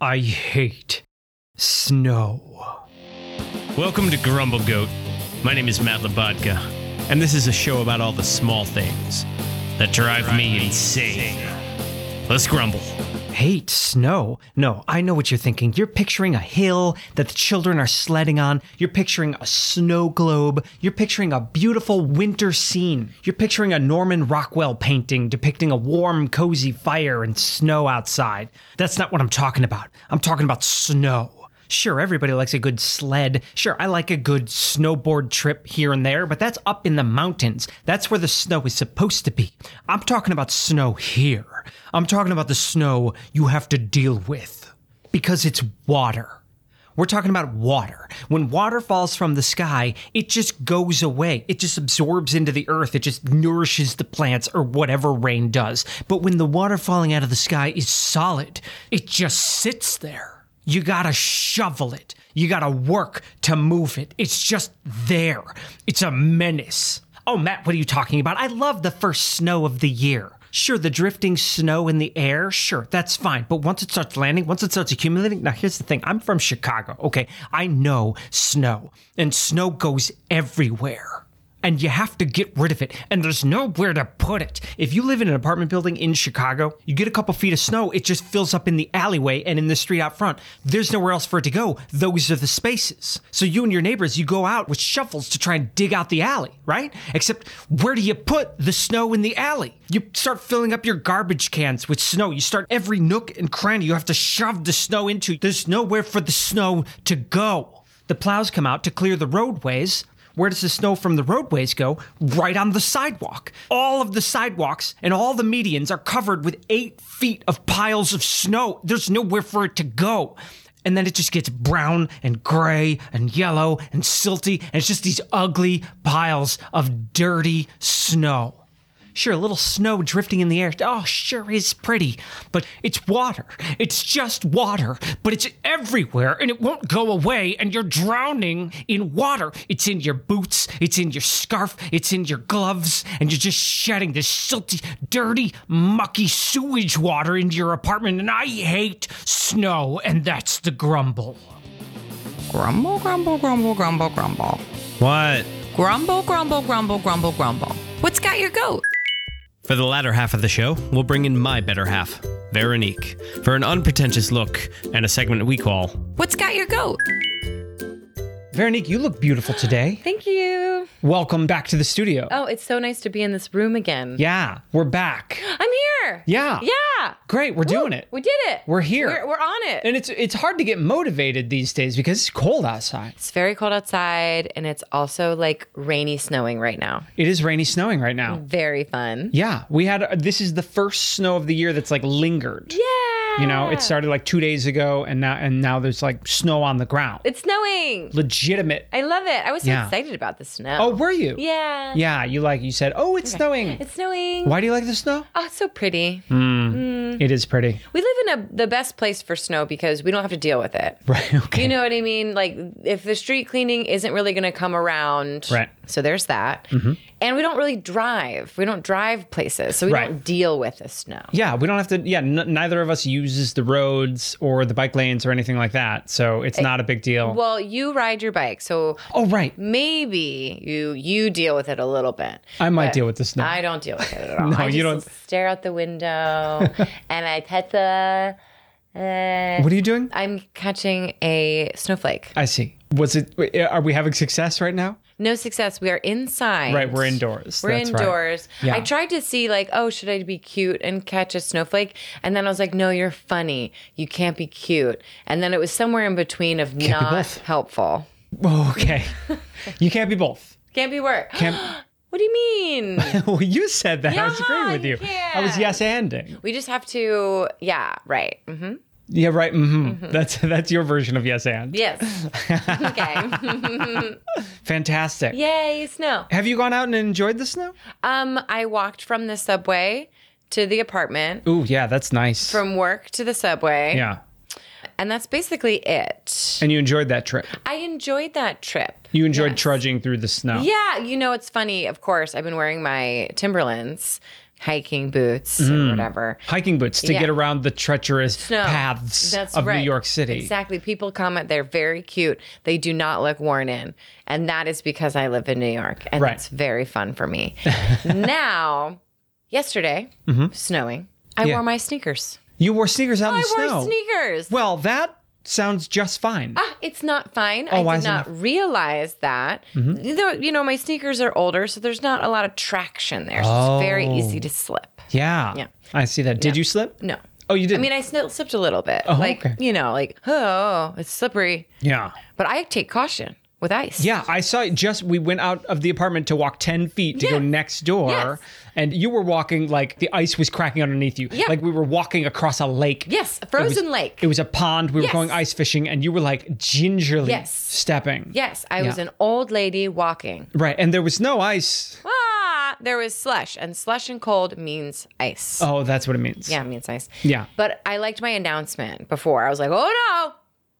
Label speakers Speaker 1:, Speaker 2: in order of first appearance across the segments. Speaker 1: I hate snow.
Speaker 2: Welcome to Grumble Goat. My name is Matt Labodka, and this is a show about all the small things that drive me insane. Let's grumble.
Speaker 1: Hate snow? No, I know what you're thinking. You're picturing a hill that the children are sledding on. You're picturing a snow globe. You're picturing a beautiful winter scene. You're picturing a Norman Rockwell painting depicting a warm, cozy fire and snow outside. That's not what I'm talking about. I'm talking about snow. Sure, everybody likes a good sled. Sure, I like a good snowboard trip here and there, but that's up in the mountains. That's where the snow is supposed to be. I'm talking about snow here. I'm talking about the snow you have to deal with because it's water. We're talking about water. When water falls from the sky, it just goes away. It just absorbs into the earth. It just nourishes the plants or whatever rain does. But when the water falling out of the sky is solid, it just sits there. You gotta shovel it. You gotta work to move it. It's just there. It's a menace. Oh, Matt, what are you talking about? I love the first snow of the year. Sure, the drifting snow in the air, sure, that's fine. But once it starts landing, once it starts accumulating, now here's the thing I'm from Chicago, okay? I know snow, and snow goes everywhere and you have to get rid of it and there's nowhere to put it if you live in an apartment building in chicago you get a couple feet of snow it just fills up in the alleyway and in the street out front there's nowhere else for it to go those are the spaces so you and your neighbors you go out with shovels to try and dig out the alley right except where do you put the snow in the alley you start filling up your garbage cans with snow you start every nook and cranny you have to shove the snow into there's nowhere for the snow to go the plows come out to clear the roadways. Where does the snow from the roadways go? Right on the sidewalk. All of the sidewalks and all the medians are covered with eight feet of piles of snow. There's nowhere for it to go. And then it just gets brown and gray and yellow and silty, and it's just these ugly piles of dirty snow. Sure, a little snow drifting in the air. Oh, sure is pretty. But it's water. It's just water. But it's everywhere and it won't go away. And you're drowning in water. It's in your boots. It's in your scarf. It's in your gloves. And you're just shedding this silty, dirty, mucky sewage water into your apartment. And I hate snow. And that's the grumble.
Speaker 3: Grumble, grumble, grumble, grumble, grumble.
Speaker 2: What?
Speaker 3: Grumble, grumble, grumble, grumble, grumble. What's got your goat?
Speaker 2: For the latter half of the show, we'll bring in my better half, Veronique, for an unpretentious look and a segment we call
Speaker 3: What's got your goat?
Speaker 1: Veronique, you look beautiful today.
Speaker 4: Thank you.
Speaker 1: Welcome back to the studio.
Speaker 4: Oh, it's so nice to be in this room again.
Speaker 1: Yeah, we're back.
Speaker 4: I'm here.
Speaker 1: Yeah.
Speaker 4: Yeah.
Speaker 1: Great, we're doing
Speaker 4: Woo,
Speaker 1: it.
Speaker 4: We did it.
Speaker 1: We're here.
Speaker 4: We're, we're on it.
Speaker 1: And it's it's hard to get motivated these days because it's cold outside.
Speaker 4: it's very cold outside and it's also like rainy snowing right now.
Speaker 1: It is rainy snowing right now.
Speaker 4: Very fun.
Speaker 1: Yeah, we had this is the first snow of the year that's like lingered.
Speaker 4: Yeah.
Speaker 1: You know, it started like 2 days ago and now and now there's like snow on the ground.
Speaker 4: It's snowing.
Speaker 1: Legitimate.
Speaker 4: I love it. I was so
Speaker 1: Yeah.
Speaker 4: excited about the snow.
Speaker 1: Oh, were you?
Speaker 4: yeah.
Speaker 1: Yeah, you like you said, "Oh, it's snowing."
Speaker 4: It's snowing.
Speaker 1: Why Hmm. do you like the snow?
Speaker 4: Oh, it's so pretty. Mm.
Speaker 1: It is pretty.
Speaker 4: We live in a, the best place for snow because we don't have to deal with it.
Speaker 1: Right. Okay.
Speaker 4: You know what I mean? Like, if the street cleaning isn't really going to come around,
Speaker 1: Right. Mm-hmm.
Speaker 4: So there's that, and we don't really drive. We don't drive places, so we
Speaker 1: Right.
Speaker 4: don't deal with the snow.
Speaker 1: yeah, we don't have to. Yeah, n- neither of us uses the roads or the bike lanes or anything like that, so it's not a big deal.
Speaker 4: Well, Mm, you ride your bike, so
Speaker 1: oh, right.
Speaker 4: maybe you you deal with it a little bit.
Speaker 1: I might
Speaker 4: But
Speaker 1: deal with the snow.
Speaker 4: I don't deal with it at all.
Speaker 1: No,
Speaker 4: I
Speaker 1: you
Speaker 4: just
Speaker 1: don't.
Speaker 4: stare out the window, and I pet the. Uh,
Speaker 1: what are you doing?
Speaker 4: I'm catching a snowflake.
Speaker 1: I see. Was it? Are we having success right now?
Speaker 4: No success. We are inside.
Speaker 1: Right, we're indoors.
Speaker 4: We're
Speaker 1: That's right.
Speaker 4: indoors.
Speaker 1: Yeah.
Speaker 4: I tried to see like, oh, should I be cute and catch a snowflake? And then I was like, no, you're funny. You can't be cute. And then it was somewhere in between of not
Speaker 1: both.
Speaker 4: helpful.
Speaker 1: Oh, okay. you can't be both.
Speaker 4: Can't be work.
Speaker 1: Can't.
Speaker 4: what do you mean?
Speaker 1: well, you said that. I was
Speaker 4: Yeah,
Speaker 1: agreeing with
Speaker 4: you
Speaker 1: you. I was
Speaker 4: can't.
Speaker 1: yes anding.
Speaker 4: we just have to. Yeah. Right. hmm
Speaker 1: Yeah, right. hmm
Speaker 4: Mm-hmm.
Speaker 1: That's that's your version of yes and.
Speaker 4: Yes. okay.
Speaker 1: Fantastic.
Speaker 4: Yay, snow.
Speaker 1: Have you gone out and enjoyed the snow?
Speaker 4: Um, I walked from the subway to the apartment,
Speaker 1: Ooh, yeah, that's nice.
Speaker 4: from work to the subway,
Speaker 1: yeah,
Speaker 4: and that's basically it.
Speaker 1: and you enjoyed that trip.
Speaker 4: I enjoyed that trip.
Speaker 1: You enjoyed trudging through the snow.
Speaker 4: Yeah, you know, it's funny. Of course, I've been wearing my Timberlands hiking boots
Speaker 1: Mm.
Speaker 4: or whatever.
Speaker 1: hiking boots to
Speaker 4: Yeah.
Speaker 1: get around the treacherous
Speaker 4: No,
Speaker 1: paths of New
Speaker 4: right.
Speaker 1: York City.
Speaker 4: Exactly. People comment they're very cute. They do not look worn in. And that is because I live in New York. And
Speaker 1: Right.
Speaker 4: it's very fun for me. now, yesterday, snowing, I
Speaker 1: Mm-hmm. Yeah.
Speaker 4: wore my sneakers.
Speaker 1: You wore sneakers out in
Speaker 4: I
Speaker 1: the snow.
Speaker 4: wore sneakers.
Speaker 1: Well, that sounds just fine.
Speaker 4: Ah, it's not fine.
Speaker 1: Oh, why
Speaker 4: I
Speaker 1: is
Speaker 4: did
Speaker 1: it Mm-hmm.
Speaker 4: not realize that. Though, you know, my sneakers are older, so there's not a lot of traction there. So it's very
Speaker 1: Oh.
Speaker 4: easy to slip.
Speaker 1: yeah.
Speaker 4: Yeah.
Speaker 1: I see that. Did you slip?
Speaker 4: No.
Speaker 1: Oh, you
Speaker 4: I
Speaker 1: did.
Speaker 4: mean, I sni- slipped a little bit. like,
Speaker 1: okay.
Speaker 4: you know, like, oh, it's slippery.
Speaker 1: yeah.
Speaker 4: But I take caution with ice.
Speaker 1: Yeah, I saw it just we went out of the apartment to walk 10 feet to go
Speaker 4: Yeah.
Speaker 1: next door
Speaker 4: Yes.
Speaker 1: and you were walking like the ice was cracking underneath you.
Speaker 4: Yeah.
Speaker 1: Like we were walking across a lake.
Speaker 4: Yes,
Speaker 1: It
Speaker 4: a
Speaker 1: was-
Speaker 4: frozen lake.
Speaker 1: It was a pond. We
Speaker 4: Yes.
Speaker 1: were going ice fishing and you were like gingerly
Speaker 4: Yes.
Speaker 1: stepping.
Speaker 4: Yes, I was
Speaker 1: Yeah.
Speaker 4: an old lady walking.
Speaker 1: Right, and there was no ice.
Speaker 4: Ah, there was slush, and slush and cold means ice.
Speaker 1: Oh, that's what it means.
Speaker 4: Yeah, it means ice.
Speaker 1: Yeah.
Speaker 4: But I liked my announcement before. I was like, oh no,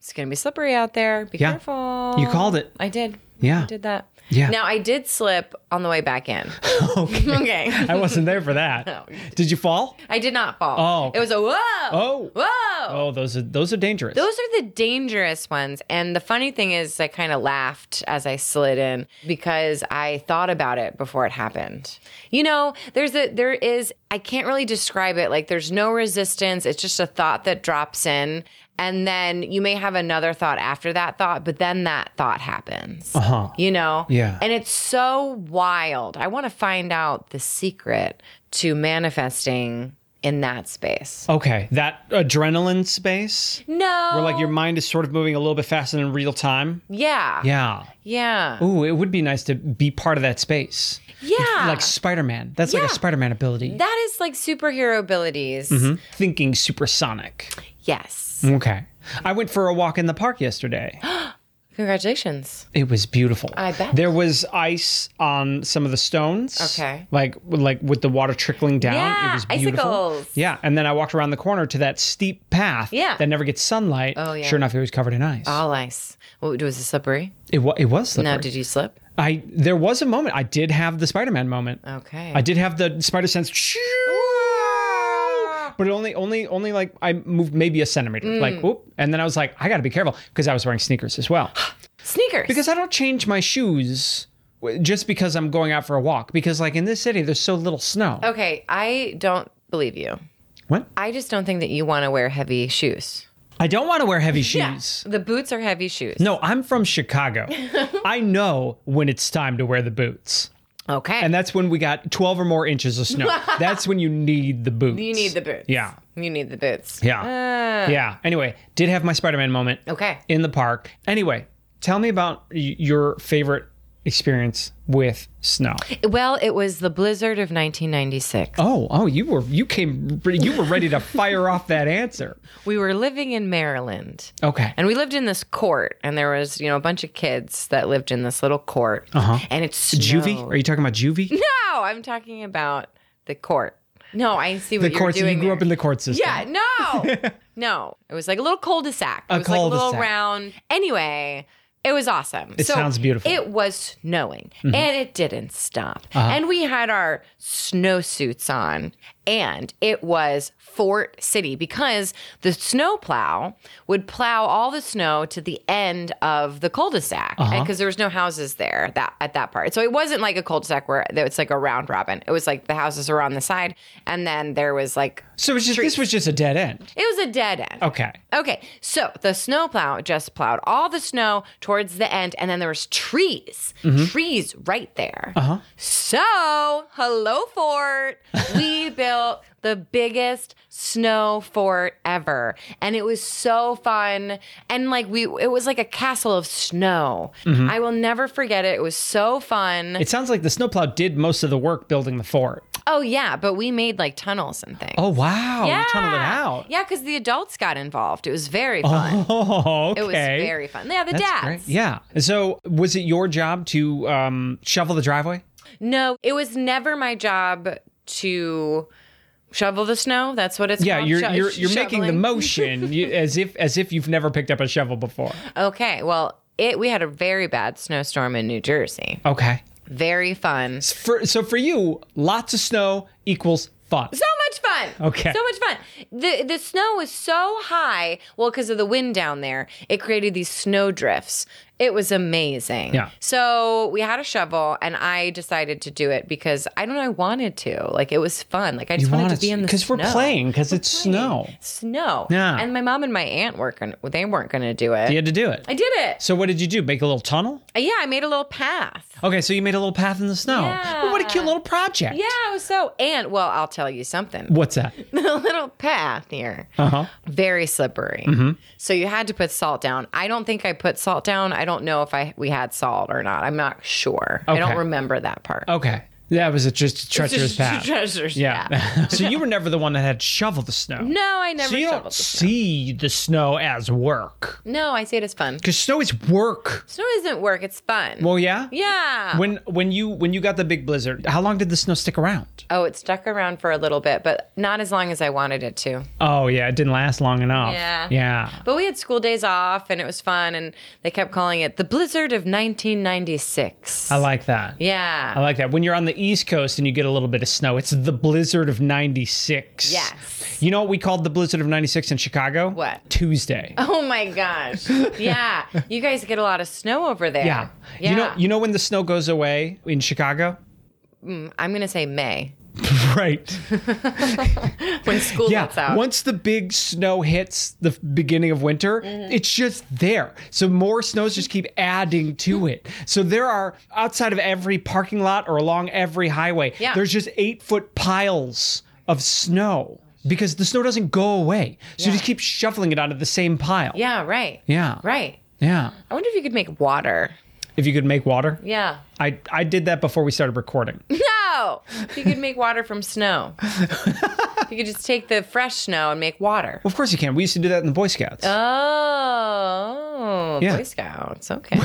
Speaker 4: it's going to be slippery out there. Be
Speaker 1: Yeah.
Speaker 4: careful.
Speaker 1: You called it.
Speaker 4: I did.
Speaker 1: Yeah.
Speaker 4: I did that.
Speaker 1: Yeah.
Speaker 4: Now I did slip on the way back in.
Speaker 1: okay.
Speaker 4: okay.
Speaker 1: I wasn't there for that. Did you fall?
Speaker 4: I did not fall.
Speaker 1: Oh, okay.
Speaker 4: It was a whoa.
Speaker 1: Oh.
Speaker 4: Whoa.
Speaker 1: Oh, those are those are dangerous.
Speaker 4: Those are the dangerous ones. And the funny thing is, I kind of laughed as I slid in because I thought about it before it happened. You know, there's a, there is, I can't really describe it. Like there's no resistance. It's just a thought that drops in. And then you may have another thought after that thought, but then that thought happens.
Speaker 1: Uh-huh.
Speaker 4: You know?
Speaker 1: Yeah.
Speaker 4: And it's so wild. I want to find out the secret to manifesting in that space.
Speaker 1: okay, that adrenaline space
Speaker 4: No.
Speaker 1: where like your mind is sort of moving a little bit faster in real time.
Speaker 4: Yeah.
Speaker 1: Yeah.
Speaker 4: Yeah.
Speaker 1: Ooh, it would be nice to be part of that space.
Speaker 4: Yeah.
Speaker 1: Like Spider-Man. That's like
Speaker 4: Yeah.
Speaker 1: a Spider-Man ability.
Speaker 4: that is like superhero abilities.
Speaker 1: Mm-hmm. Thinking supersonic.
Speaker 4: Yes.
Speaker 1: Okay. I went for a walk in the park yesterday. Mm-hmm.
Speaker 4: Congratulations.
Speaker 1: It was beautiful.
Speaker 4: I bet.
Speaker 1: There was ice on some of the stones.
Speaker 4: Okay.
Speaker 1: Like like with the water trickling down. it
Speaker 4: Yeah,
Speaker 1: was beautiful.
Speaker 4: icicles.
Speaker 1: Yeah. And then I walked around the corner to that steep path
Speaker 4: Yeah.
Speaker 1: that never gets sunlight.
Speaker 4: Oh, yeah.
Speaker 1: Sure enough, it was covered in ice.
Speaker 4: All ice. What was it slippery?
Speaker 1: It, wa- it was slippery.
Speaker 4: Now, did you slip?
Speaker 1: I there was a moment I did have the Spider-Man moment.
Speaker 4: Okay.
Speaker 1: I did have the spider sense. Shoo! But it only, only, only like I moved maybe a centimeter,
Speaker 4: Mm.
Speaker 1: like whoop, and then I was like, I got to be careful because I was wearing sneakers as well.
Speaker 4: Sneakers.
Speaker 1: Because I don't change my shoes w- just because I'm going out for a walk. Because like in this city, there's so little snow.
Speaker 4: okay, I don't believe you.
Speaker 1: What?
Speaker 4: I just don't think that you want to wear heavy shoes.
Speaker 1: I don't want to wear heavy shoes.
Speaker 4: The boots are heavy shoes.
Speaker 1: No, I'm from Chicago. I know when it's time to wear the boots.
Speaker 4: Okay.
Speaker 1: And that's when we got 12 or more inches of snow. that's when you need the boots.
Speaker 4: you need the boots.
Speaker 1: Yeah.
Speaker 4: You need the boots.
Speaker 1: Yeah. yeah. Anyway, did have my Spider Man moment.
Speaker 4: Uh. Okay.
Speaker 1: In the park. Anyway, tell me about y- your favorite experience with snow.
Speaker 4: Well, it was the blizzard of 1996.
Speaker 1: Oh, oh, you were you came you were ready to fire off that answer.
Speaker 4: We were living in Maryland.
Speaker 1: Okay.
Speaker 4: And we lived in this court, and there was, you know, a bunch of kids that lived in this little court. And it's snowed.
Speaker 1: Uh-huh. Juvie? Are you talking about juvie?
Speaker 4: No, I'm talking about the court. No, I see what
Speaker 1: the
Speaker 4: you're
Speaker 1: courts. You
Speaker 4: doing.
Speaker 1: grew up in the court system.
Speaker 4: yeah, no, no. It was like a little cul-de-sac. It was like a little
Speaker 1: cul-de-sac.
Speaker 4: round. Anyway, it was awesome. It
Speaker 1: sounds beautiful. Mm-hmm. Uh-huh.
Speaker 4: It was snowing, and it didn't stop. And we had our snowsuits on, and it was Fort City because the snow plow would plow all the snow to the end of the cul-de-sac
Speaker 1: Uh-huh.
Speaker 4: because there was no houses there that at that part. So it wasn't like a cul-de-sac where it's like a round robin. It was like the houses were on the side, and then there was like
Speaker 1: So it's just this was just a dead end.
Speaker 4: it was a dead end.
Speaker 1: Okay.
Speaker 4: Okay, so the snowplow just plowed all the snow towards the end, and then there was trees,
Speaker 1: Mm-hmm.
Speaker 4: trees right there. Uh-huh. So, hello fort. we built the biggest snow fort ever, and it was so fun. And like we, it was like a castle of snow.
Speaker 1: Mm-hmm.
Speaker 4: I will never forget it. It was so fun.
Speaker 1: It sounds like the snowplow did most of the work building the fort.
Speaker 4: oh yeah, but we made like tunnels and things.
Speaker 1: Oh wow! You tunneled it out.
Speaker 4: Yeah, because the adults got involved. It was very fun.
Speaker 1: Oh, okay.
Speaker 4: It was very fun. Yeah, the
Speaker 1: That's great.
Speaker 4: dads.
Speaker 1: Yeah. So was it your job to um, shovel the driveway?
Speaker 4: No, it was never my job to shovel the snow. That's what it's
Speaker 1: Yeah,
Speaker 4: called.
Speaker 1: you're
Speaker 4: Oh, Sho-
Speaker 1: you're, you're making the
Speaker 4: shoveling.
Speaker 1: motion you, as if as if you've never picked up a shovel before.
Speaker 4: Okay, well, it we had a very bad snowstorm in New Jersey.
Speaker 1: Okay.
Speaker 4: Very fun. So
Speaker 1: For, so for you, lots of snow equals fun.
Speaker 4: much fun.
Speaker 1: Okay.
Speaker 4: So much fun. The the snow was so high, well, because of the wind down there, it created these snow drifts. It was amazing.
Speaker 1: Yeah.
Speaker 4: So we had a shovel and I decided to do it because I don't know, I wanted to. Like it was fun. Like I just wanted to be in the
Speaker 1: because we're
Speaker 4: snow.
Speaker 1: playing because it's snow.
Speaker 4: Snow.
Speaker 1: Yeah.
Speaker 4: And my mom and my aunt weren't gonna they weren't gonna do it.
Speaker 1: You had to do it.
Speaker 4: I did it.
Speaker 1: So what did you do? Make a little tunnel?
Speaker 4: Yeah, I made a little path.
Speaker 1: Okay, so you made a little path in the snow. Well, what a cute
Speaker 4: Yeah.
Speaker 1: little project.
Speaker 4: Yeah, it was so. And well, I'll tell you something.
Speaker 1: What's that?
Speaker 4: the little path here,
Speaker 1: Uh-huh. Mm-hmm.
Speaker 4: very slippery. So you had to put salt down. I don't think I put salt down. I don't know if I we had salt or not. I'm not sure. I
Speaker 1: Okay.
Speaker 4: don't remember that part.
Speaker 1: Okay. That was a just treacherous
Speaker 4: Just
Speaker 1: path.
Speaker 4: treasures
Speaker 1: yeah.
Speaker 4: path.
Speaker 1: so you were never the one that had to shovel the snow.
Speaker 4: No, I never
Speaker 1: So you
Speaker 4: shoveled
Speaker 1: don't
Speaker 4: the snow.
Speaker 1: see the snow as work.
Speaker 4: No, I see it as fun.
Speaker 1: Because snow is work.
Speaker 4: Snow isn't work. It's fun.
Speaker 1: Well, yeah?
Speaker 4: yeah.
Speaker 1: When when you when you got the big blizzard, how long did the snow stick around?
Speaker 4: oh, it stuck around for a little bit, but not as long as I wanted it to.
Speaker 1: Oh yeah, it didn't last long enough.
Speaker 4: Yeah.
Speaker 1: Yeah.
Speaker 4: But we had school days off and it was fun. And they kept calling it the blizzard of 1996.
Speaker 1: I like that.
Speaker 4: yeah.
Speaker 1: I like that. When you're on the East Coast and you get a little bit of snow, it's the blizzard of 96.
Speaker 4: Yes.
Speaker 1: You know what we called the blizzard of 96 in Chicago?
Speaker 4: What?
Speaker 1: Tuesday.
Speaker 4: Oh my gosh. Yeah. you guys get a lot of snow over there.
Speaker 1: Yeah.
Speaker 4: Yeah.
Speaker 1: You know you know when the snow goes away in Chicago?
Speaker 4: I'm going to say May
Speaker 1: Right.
Speaker 4: when school
Speaker 1: Yeah.
Speaker 4: lets out.
Speaker 1: Once the big snow hits the f- beginning of winter,
Speaker 4: Mm-hmm.
Speaker 1: it's just there. So more snows just keep adding to it. So there are outside of every parking lot or along every highway,
Speaker 4: Yeah.
Speaker 1: there's just eight foot piles of snow because the snow doesn't go away. So you just keep shuffling it onto the same pile.
Speaker 4: yeah, right.
Speaker 1: Yeah.
Speaker 4: Right.
Speaker 1: Yeah.
Speaker 4: I wonder if you could make water.
Speaker 1: If you could make water.
Speaker 4: Yeah.
Speaker 1: I, I did that before we started recording.
Speaker 4: No. If you could make water from snow. If you could just take the fresh snow and make water.
Speaker 1: of course you can. We used to do that in the Boy Scouts.
Speaker 4: Uh, Oh,
Speaker 1: Yeah.
Speaker 4: Boy Scouts. Okay.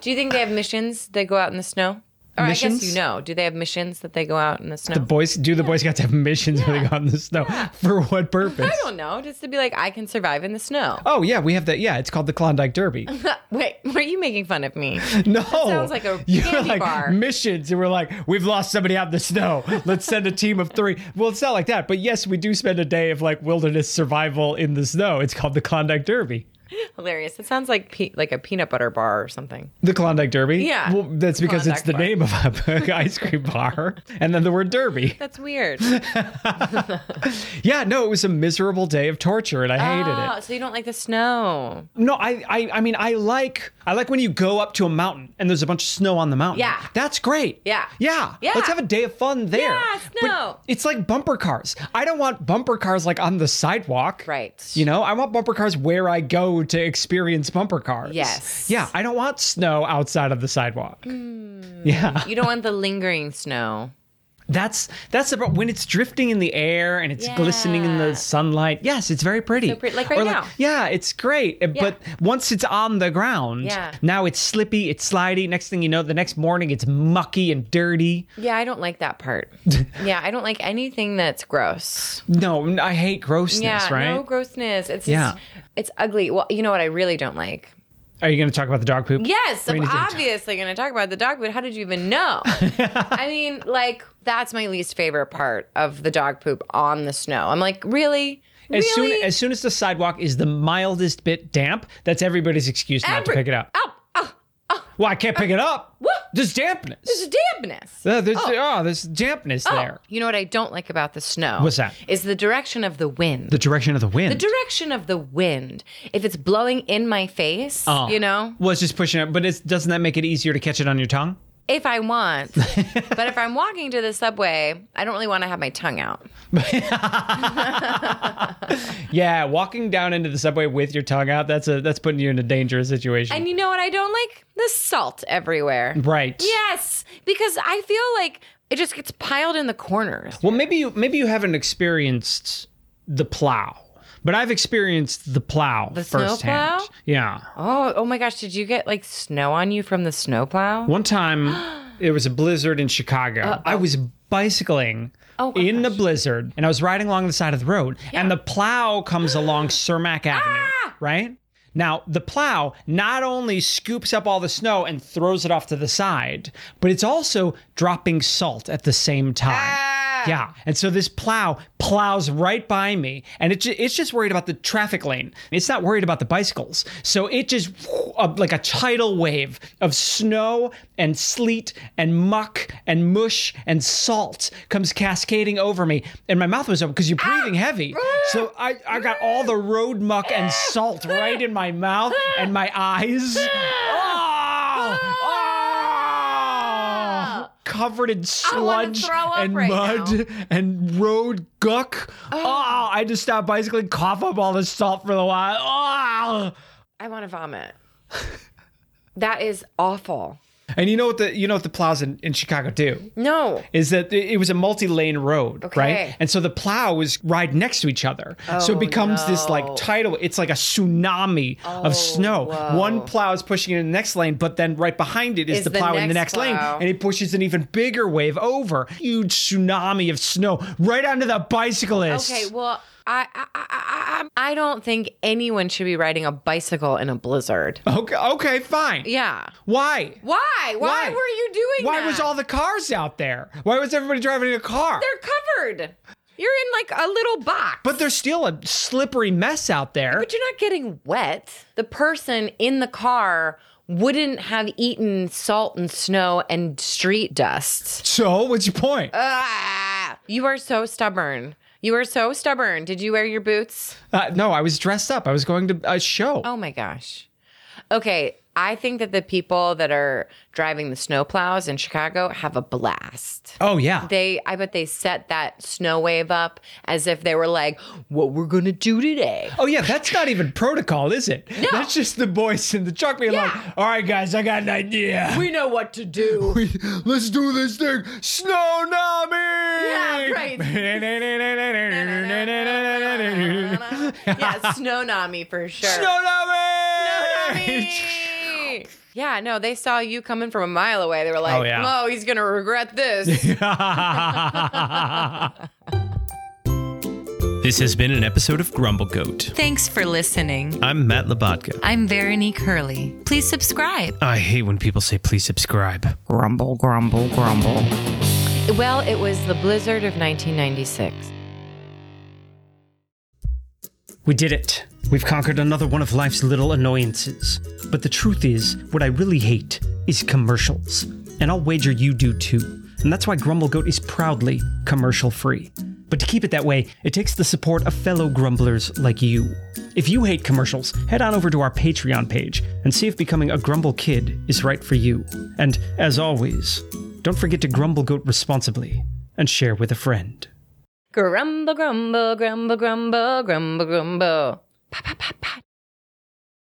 Speaker 4: Do you think they have missions that go out in the snow? Or I
Speaker 1: Missions?
Speaker 4: guess you know. Do they have missions that they go out in the snow?
Speaker 1: Boys, do the Boy Scouts have missions when they go out in the snow? For what purpose?
Speaker 4: I don't know. Just to be like, I can survive in the snow.
Speaker 1: Oh yeah, we have that. Yeah, it's called the Klondike Derby.
Speaker 4: Wait, were you making fun of me?
Speaker 1: No,
Speaker 4: sounds like a
Speaker 1: You're
Speaker 4: candy
Speaker 1: like,
Speaker 4: bar.
Speaker 1: Missions, and we're like, we've lost somebody out in the snow. Let's send a team of three. Well, it's not like that, but yes, we do spend a day of like wilderness survival in the snow. It's called the Klondike Derby.
Speaker 4: Hilarious. It sounds like pe- like a peanut butter bar or something.
Speaker 1: The Klondike Derby.
Speaker 4: Yeah.
Speaker 1: well, that's because it's
Speaker 4: Klondike
Speaker 1: the
Speaker 4: bar.
Speaker 1: name of a ice cream bar, and then the word Derby.
Speaker 4: That's weird.
Speaker 1: Yeah, no, it was a miserable day of torture, and I hated it.
Speaker 4: Oh, so you don't like the snow?
Speaker 1: No, I, I I mean I like I like when you go up to a mountain and there's a bunch of snow on the mountain.
Speaker 4: Yeah.
Speaker 1: That's great.
Speaker 4: Yeah.
Speaker 1: Yeah.
Speaker 4: Yeah.
Speaker 1: Let's have a day of fun there.
Speaker 4: Yeah,
Speaker 1: But
Speaker 4: snow.
Speaker 1: it's like bumper cars. I don't want bumper cars like on the sidewalk.
Speaker 4: Right.
Speaker 1: You know, I want bumper cars where I go to experience bumper cars.
Speaker 4: Yes.
Speaker 1: Yeah, I don't want snow outside of the sidewalk.
Speaker 4: Hmm.
Speaker 1: Yeah.
Speaker 4: You don't want the lingering snow.
Speaker 1: That's that's about when it's drifting in the air and it's glistening in the
Speaker 4: Yeah.
Speaker 1: sunlight. Yes, it's very pretty.
Speaker 4: pretty. Like right
Speaker 1: Or
Speaker 4: now.
Speaker 1: Yeah, it's great. Uh, But once it's on the ground,
Speaker 4: Yeah.
Speaker 1: now it's slippy, it's slidey. Next thing you know, the next morning it's mucky and dirty.
Speaker 4: Yeah, I don't like that part. yeah, I don't like anything that's gross.
Speaker 1: No, n- I hate grossness,
Speaker 4: yeah,
Speaker 1: right?
Speaker 4: no grossness. It's
Speaker 1: Yeah.
Speaker 4: just, it's ugly. Well, you know what I really don't like?
Speaker 1: Are you going to talk about the dog poop?
Speaker 4: Yes,
Speaker 1: We
Speaker 4: I'm
Speaker 1: need to-
Speaker 4: obviously going to talk about the dog poop. How did you even know? I mean, like that's my least favorite part of the dog poop on the snow. I'm like, really?
Speaker 1: As
Speaker 4: really?
Speaker 1: soon as soon as the sidewalk is the mildest bit damp, that's everybody's excuse not to
Speaker 4: Every-
Speaker 1: pick it up.
Speaker 4: oh, oh,
Speaker 1: Well, I can't pick it up.
Speaker 4: What?
Speaker 1: There's dampness.
Speaker 4: there's dampness.
Speaker 1: Uh, there's, oh. there's dampness there.
Speaker 4: You know what I don't like about the snow?
Speaker 1: What's that?
Speaker 4: Is the direction of the wind.
Speaker 1: The direction of the wind.
Speaker 4: The direction of the wind. If it's blowing in my face,
Speaker 1: Oh.
Speaker 4: you know,
Speaker 1: Well, it's just pushing it, but it's, doesn't that make it easier to catch it on your tongue?
Speaker 4: if I want. but if I'm walking to the subway, I don't really want to have my tongue out.
Speaker 1: Yeah, walking down into the subway with your tongue out—that's a—that's putting you in a dangerous situation.
Speaker 4: And you know what I don't like? The salt everywhere.
Speaker 1: right.
Speaker 4: Yes, because I feel like it just gets piled in the corners.
Speaker 1: Well, maybe you maybe you haven't experienced the plow, but I've experienced the plow
Speaker 4: The snow
Speaker 1: firsthand.
Speaker 4: plow?
Speaker 1: Yeah.
Speaker 4: Oh, oh my gosh! Did you get like snow on you from the snowplow?
Speaker 1: One time, it was a blizzard in Chicago. I was bicycling
Speaker 4: Oh, gosh.
Speaker 1: in the blizzard,
Speaker 4: Ah!
Speaker 1: and I was riding along the side of the road, and the plow comes along Cermak Avenue, right? Now, the plow not only scoops up all the snow and throws it off to the side, but it's also dropping salt at the same time.
Speaker 4: Ah!
Speaker 1: Yeah. And so this plow plows right by me and it ju- it's just worried about the traffic lane. It's not worried about the bicycles. So it just uh, like a tidal wave of snow and sleet and muck and mush and salt comes cascading over me and my mouth was open because you're breathing heavy. So I, I got all the road muck and salt right in my mouth and my eyes. Oh! Oh! Covered in
Speaker 4: wanna
Speaker 1: sludge
Speaker 4: throw up
Speaker 1: and
Speaker 4: right
Speaker 1: mud
Speaker 4: now.
Speaker 1: and road guck. Oh. I just stopped bicycling, cough up all the salt for a while. Oh.
Speaker 4: I want to vomit. that is awful.
Speaker 1: And you know what the you know what the plows in, in Chicago do
Speaker 4: No.
Speaker 1: is that it it was a multi-lane road,
Speaker 4: Okay. Oh,
Speaker 1: right? And so the plows ride next to each other, so it becomes this like tidal. It's like a tsunami
Speaker 4: Oh,
Speaker 1: of snow. One plow is pushing into the next lane, but then right behind it is,
Speaker 4: Is
Speaker 1: the
Speaker 4: the
Speaker 1: plow in the next
Speaker 4: next
Speaker 1: lane,
Speaker 4: plow.
Speaker 1: and it pushes an even bigger wave over. Huge tsunami of snow right onto the bicyclist.
Speaker 4: Okay, well, I I, I I I I don't think anyone should be riding a bicycle in a blizzard.
Speaker 1: Okay, okay, fine.
Speaker 4: Yeah.
Speaker 1: Why?
Speaker 4: Why? Why, were you doing
Speaker 1: Why
Speaker 4: that?
Speaker 1: was all the cars out there? Why was everybody driving a car?
Speaker 4: They're covered. You're in like a little box.
Speaker 1: but there's still a slippery mess out there.
Speaker 4: But you're not getting wet. The person in the car wouldn't have eaten salt and snow and street dust.
Speaker 1: So, what's your point?
Speaker 4: Ah, you are so stubborn. You are so stubborn. Did you wear your boots?
Speaker 1: Uh, no, I was dressed up. I was going to a show.
Speaker 4: Oh my gosh. Okay, I think that the people that are driving the snow plows in Chicago have a blast.
Speaker 1: Oh, yeah.
Speaker 4: They, I bet they set that snow wave up as if they were like, "What we're gonna do today?"
Speaker 1: oh, yeah. That's not even protocol, is it? No. That's just the boys in the truck being
Speaker 4: Yeah.
Speaker 1: like, all right, guys, I got an idea.
Speaker 4: We know what to do.
Speaker 1: Let's do this thing. Snow
Speaker 4: Yeah, right. yeah, snow nami for sure. Tsunami! Yeah, no, they saw you coming from a mile away. They were like,
Speaker 1: Oh,
Speaker 4: "Oh,
Speaker 1: yeah.
Speaker 4: he's gonna regret this."
Speaker 2: This has been an episode of Grumble Goat.
Speaker 3: Thanks for listening.
Speaker 2: I'm Matt Labatka.
Speaker 3: I'm Veronique Hurley. Please subscribe.
Speaker 2: I hate when people say please subscribe.
Speaker 3: Grumble, grumble, grumble.
Speaker 4: well, it was the blizzard of 1996.
Speaker 5: We did it. We've conquered another one of life's little annoyances. But the truth is, what I really hate is commercials. And I'll wager you do too. And that's why Grumble Goat is proudly commercial free. But to keep it that way, it takes the support of fellow grumblers like you. If you hate commercials, head on over to our Patreon page and see if becoming a Grumble Kid is right for you. And as always, don't forget to Grumble Goat responsibly and share with a friend.
Speaker 4: Grumble, grumble, grumble, grumble, grumble, grumble. Pa, pa, pa, pa.